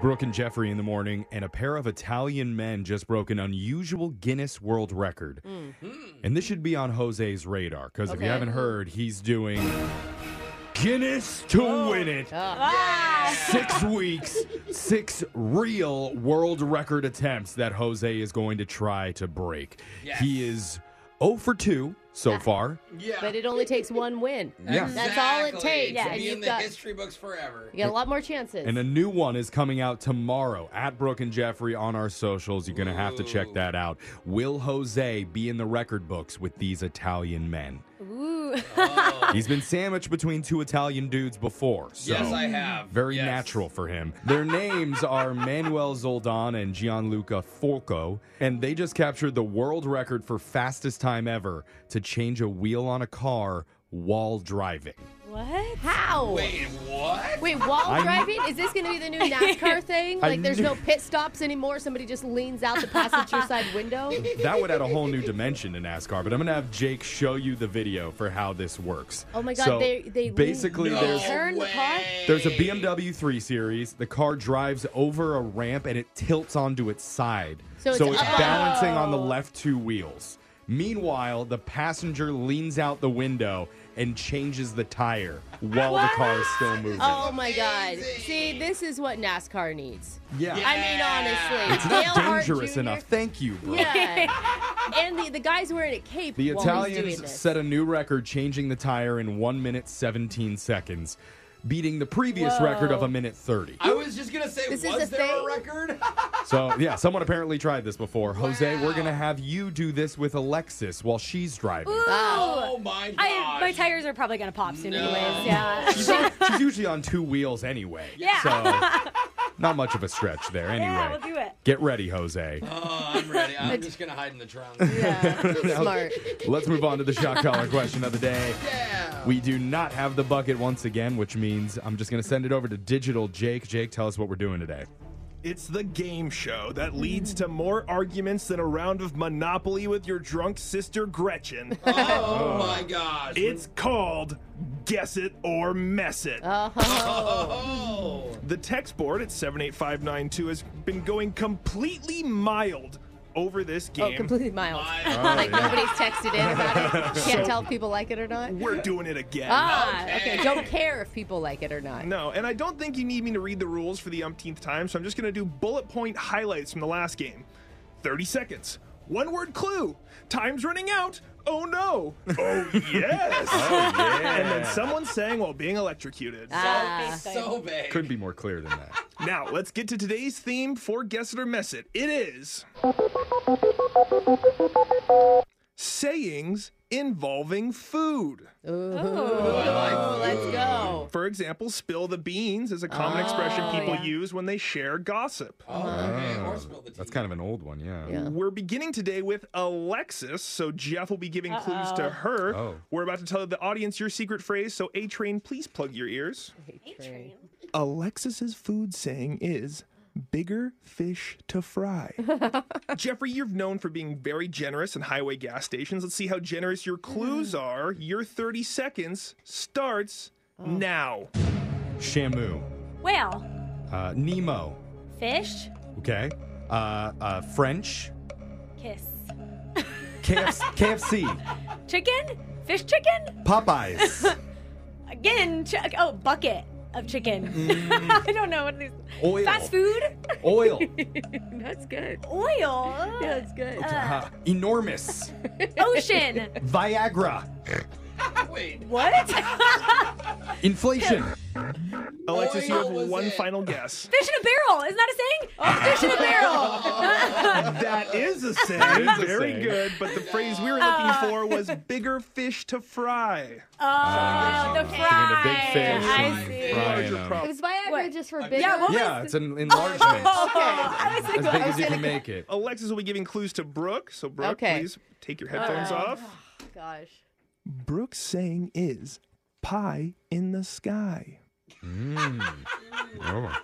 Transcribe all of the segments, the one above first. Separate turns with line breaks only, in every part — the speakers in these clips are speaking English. Brooke and Jeffrey in the morning, and a pair of Italian men just broke an unusual Guinness World Record. And this should be on Jose's radar because if you
Okay.
haven't heard, he's doing Guinness to win it.
Oh.
Six weeks, six real world record attempts that Jose is going to try to break. He is 0 for 2 so far.
Yeah.
But it only takes one win.
Yeah.
That's all it
Exactly.
takes.
To
and
be in
you've
the
got,
history books forever.
you got a lot more chances.
And a new one is coming out tomorrow at Brooke and Jeffrey on our socials. You're going to have to check
Ooh.
that out. Will Jose be in the record books with these Italian men?
Ooh.
Oh.
He's been sandwiched between two Italian dudes before. So.
yes, I have.
Very
Yes.
natural for him. Their names are Manuel Zoldan and Gianluca Forco, and they just captured the world record for fastest time ever to change a wheel on a car while driving.
What?
How?
Wait, what?
Wait, while
I-
driving? Is this going to be the new NASCAR thing?
I
Like, there's
knew-
no pit stops anymore. Somebody just leans out the passenger side window.
That would add a whole new dimension to NASCAR, but I'm going to have Jake show you the video for how this works.
Oh my God,
So
they- they lean-
basically
No.
there's
Turn the car?
way.
There's a BMW 3 Series. The car drives over a ramp and it tilts onto its side.
So it's up.
balancing on the
Oh.
left two wheels. Meanwhile, the passenger leans out the window and changes the tire while the car is still moving.
Oh my God.
Amazing.
See, this is what NASCAR needs.
Yeah.
I mean, honestly.
It's not
Dale Hart
dangerous
Jr.
enough. Thank you, bro.
Yeah. and the, the guy's wearing a cape.
The
while he's doing
Italians
this.
set a new record changing the tire in 1 minute 17 seconds, beating the previous
Whoa.
record of a minute 30.
I was just gonna say,
This is
was
a
there
thing?
a record?
So yeah, someone apparently tried this before. Jose,
Wow.
we're gonna have you do this with Alexis while she's driving.
oh my gosh.
I, my tires are probably gonna pop soon,
No.
anyways. Yeah.
She's, on- she's usually on two wheels anyway.
Yeah.
So not much of a stretch there. Anyway,
Yeah, we'll do it.
get ready, Jose.
oh, I'm ready. I'm just gonna hide in the trunk.
Yeah.
Now,
Smart.
Let's move on to the shock collar question of the day. We do not have the bucket once again, which means I'm just gonna send it over to digital Jake. Jake, tell us what we're doing today.
It's the game show that leads to more arguments than a round of Monopoly with your drunk sister Gretchen.
Oh my gosh.
it's called Guess It or Mess It.
Uh-huh.
oh.
The text board at 78592 has been going completely mild over this
Oh,
game.
completely mild.
Ah.
I-
Like nobody's texted in about it. Can't tell if people like it or not.
We're doing it again.
Ah, okay.
Okay.
Don't care if people like it or not.
No, and I don't think you need me to read the rules for the umpteenth time, so I'm just going to do bullet point highlights from the last game. 30 seconds. One word clue. Time's running out. Oh no. Oh yes. And then someone sang while being electrocuted.
Ah.
so big.
Couldn't be more clear than that.
Now, let's get to today's theme for Guess It or Mess It. It is sayings involving food.
Oh, let's
Uh,
go.
For example, spill the beans is a common expression people
yeah.
use when they share gossip.
Oh, okay. Or spill the tea.
Ah. That's kind of an old one, yeah.
Yeah.
We're beginning today with Alexis, so Jeff will be giving clues to her.
Oh.
We're about to tell the audience your secret phrase, so A Train, please plug your ears. Alexis's food saying is bigger fish to fry. Jeffrey, you're known for being very generous in highway gas stations. Let's see how generous your clues
Mm.
are. Your 30 seconds starts
Oh.
now.
Shamu,
Whale.
uh, Nemo,
Fish.
okay, uh, uh, French,
Kiss.
KFC, KFC
Chicken. Fish chicken.
Popeyes,
Again. Ch- oh, bucket of chicken. I don't know what these.
Oil.
Fast food.
oil,
That's good.
Oil. Uh,
That's good.
uh, enormous,
Ocean.
Viagra,
Wait.
what?
inflation,
Alexis, you
Oil
have
was
one
it.
final guess.
Fish in a barrel. Isn't that a saying? fish in a barrel.
That is a saying.
is a
Very
saying.
good. But the phrase we were looking
Uh.
for was bigger fish to fry.
oh, the fry.
big fish
I
and
see.
fry.
Larger
um,
problem.
It was Viagra
What?
just for bigger?
Yeah, what was
yeah, it's an enlargement.
Oh, I was
As
like,
big as you can make it.
Alexis will be giving clues to Brooke. So, Brooke,
Okay. Uh,
please take your headphones off.
Gosh.
Brooke's saying is pie in the sky.
Oh,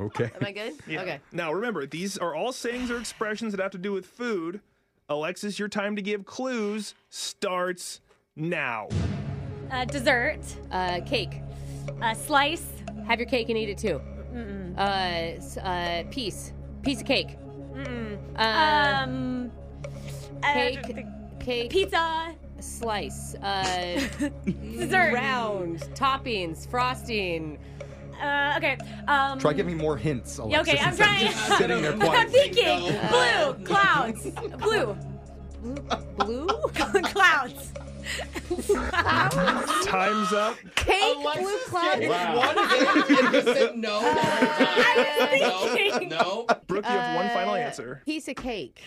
okay.
Am I good? Okay.
Now, remember, these are all sayings or expressions that have to do with food. Alexis, your time to give clues starts now.
uh, dessert.
Uh, cake.
A slice.
Have your cake and eat it too. Uh, s- uh, piece. Piece of cake. Uh,
Um, I
cake.
don't think-
Cake.
pizza,
Slice. Uh,
dessert.
round. Toppings. Frosting.
Uh, okay. Um,
Try giving me more hints.
yeah,
Alexis,
okay, I'm
since
trying.
just sitting there
I'm
quietly.
thinking.
No.
Blue clouds. Blue
Blue?
clouds.
Time's up.
Cake. Blue
Alexis
cloud.
gave one hint and you said no.
Ah.
was thinking.
No, no.
Brooke, you have one final
Uh,
answer.
Piece of cake.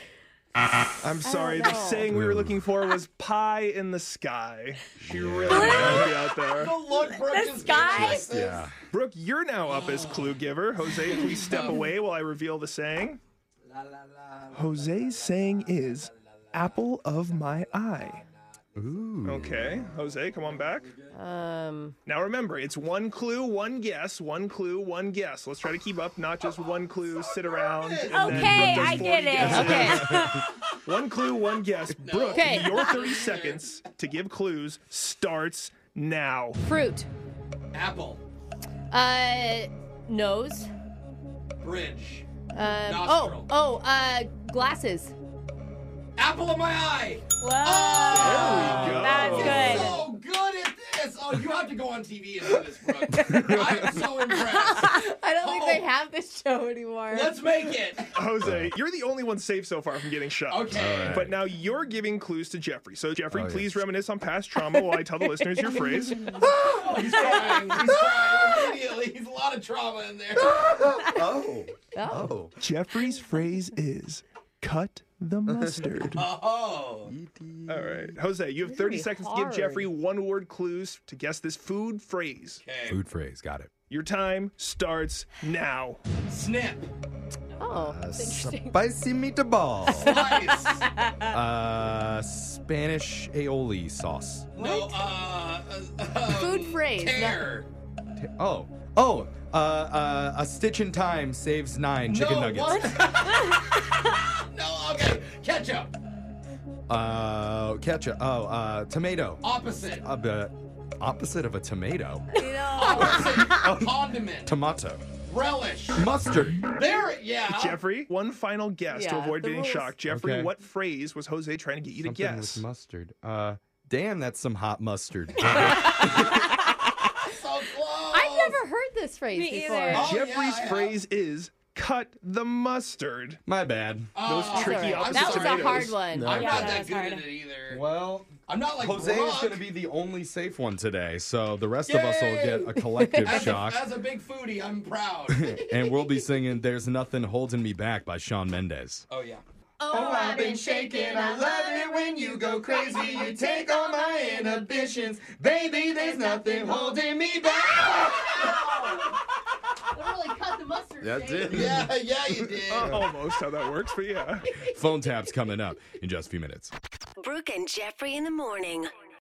I'm sorry, the
know.
saying we were looking for was pie in the sky.
She really
Help you out there.
The look Brooke
The
just
sky?
gave Alexis.
Yeah.
Brooke, you're now up as clue giver. Jose, please step away while I reveal the saying. Jose's saying is apple of my eye.
Ooh.
Okay, Jose, come on back.
Um,
Now remember, it's one clue, one guess, one clue, one guess. Let's try to keep up, not just one clue, sit around. and then
Okay,
Brooke does
I
four
get it.
guesses.
okay.
One clue, one guess. Brooke,
Okay.
your 30 seconds to give clues starts now.
Fruit.
Apple.
Uh, nose.
Bridge.
Um, oh,
Nostril.
oh, uh, glasses.
Apple in my eye.
Whoa.
There we go.
That's good.
So good at this. Oh, you have to go on TV and do this, Brooke. I'm so impressed.
I don't think they
Oh.
have this show anymore.
Let's make it.
Jose, you're the only one safe so far from getting shot.
Okay.
But now you're giving clues to Jeffrey. So, Jeffrey,
Oh, yeah.
please reminisce on past trauma while I tell the listeners your phrase.
Oh, he's crying. He's crying immediately. He's a lot of trauma in there.
Oh. Oh.
Jeffrey's phrase is cut the mustard. All
Oh.
right. Jose, you have 30
Very
seconds to
hard.
give Jeffrey one word clues to guess this food phrase.
Okay.
Food phrase. Got it.
Your time starts now.
Snip.
oh,
Uh,
that's interesting.
spicy meatball.
Slice.
uh, Spanish aioli sauce.
no, uh, uh,
Food
um,
phrase, no.
Tear.
Ta- Oh. Oh. Uh, uh, a stitch in time saves nine chicken
no,
nuggets.
what? no, okay. Ketchup.
Uh, ketchup. Oh, uh, tomato.
Opposite.
Uh, the opposite of a tomato.
You know.
Condiment.
Tomato.
Relish.
Mustard.
There. Yeah.
Jeffrey, one final guess to
Yeah,
avoid
the
getting
rules.
shocked. Jeffrey,
Okay.
what phrase was Jose trying to get you to
Something
guess?
with mustard. Uh, damn, that's some hot mustard.
So close.
I've never heard this phrase
Me
before.
either.
Oh, yeah,
Jeffrey's
yeah.
phrase is cut the mustard.
My bad.
Uh,
Those
Oh,
tricky
Sorry.
opposite
That was a
tomatoes.
hard one.
No.
I'm
Yeah,
not
Oh, that
that
was
good
hard.
at it either.
Well,
I'm not like
Jose is
Brock.
going to be the only safe one today, so the rest of us will get a collective
as,
shock,
A, as a big foodie, I'm proud.
and we'll be singing "There's Nothing Holding Me Back" by Sean Mendez.
oh yeah.
Oh, I've been
shaking. I love it when you go crazy. You take all my inhibitions. Baby, there's nothing holding me back.
really cut the mustard.
yeah, yeah, you did.
Uh, almost how that works, but yeah.
Phone taps coming up in just a few minutes.
Brooke and Jeffrey in the morning.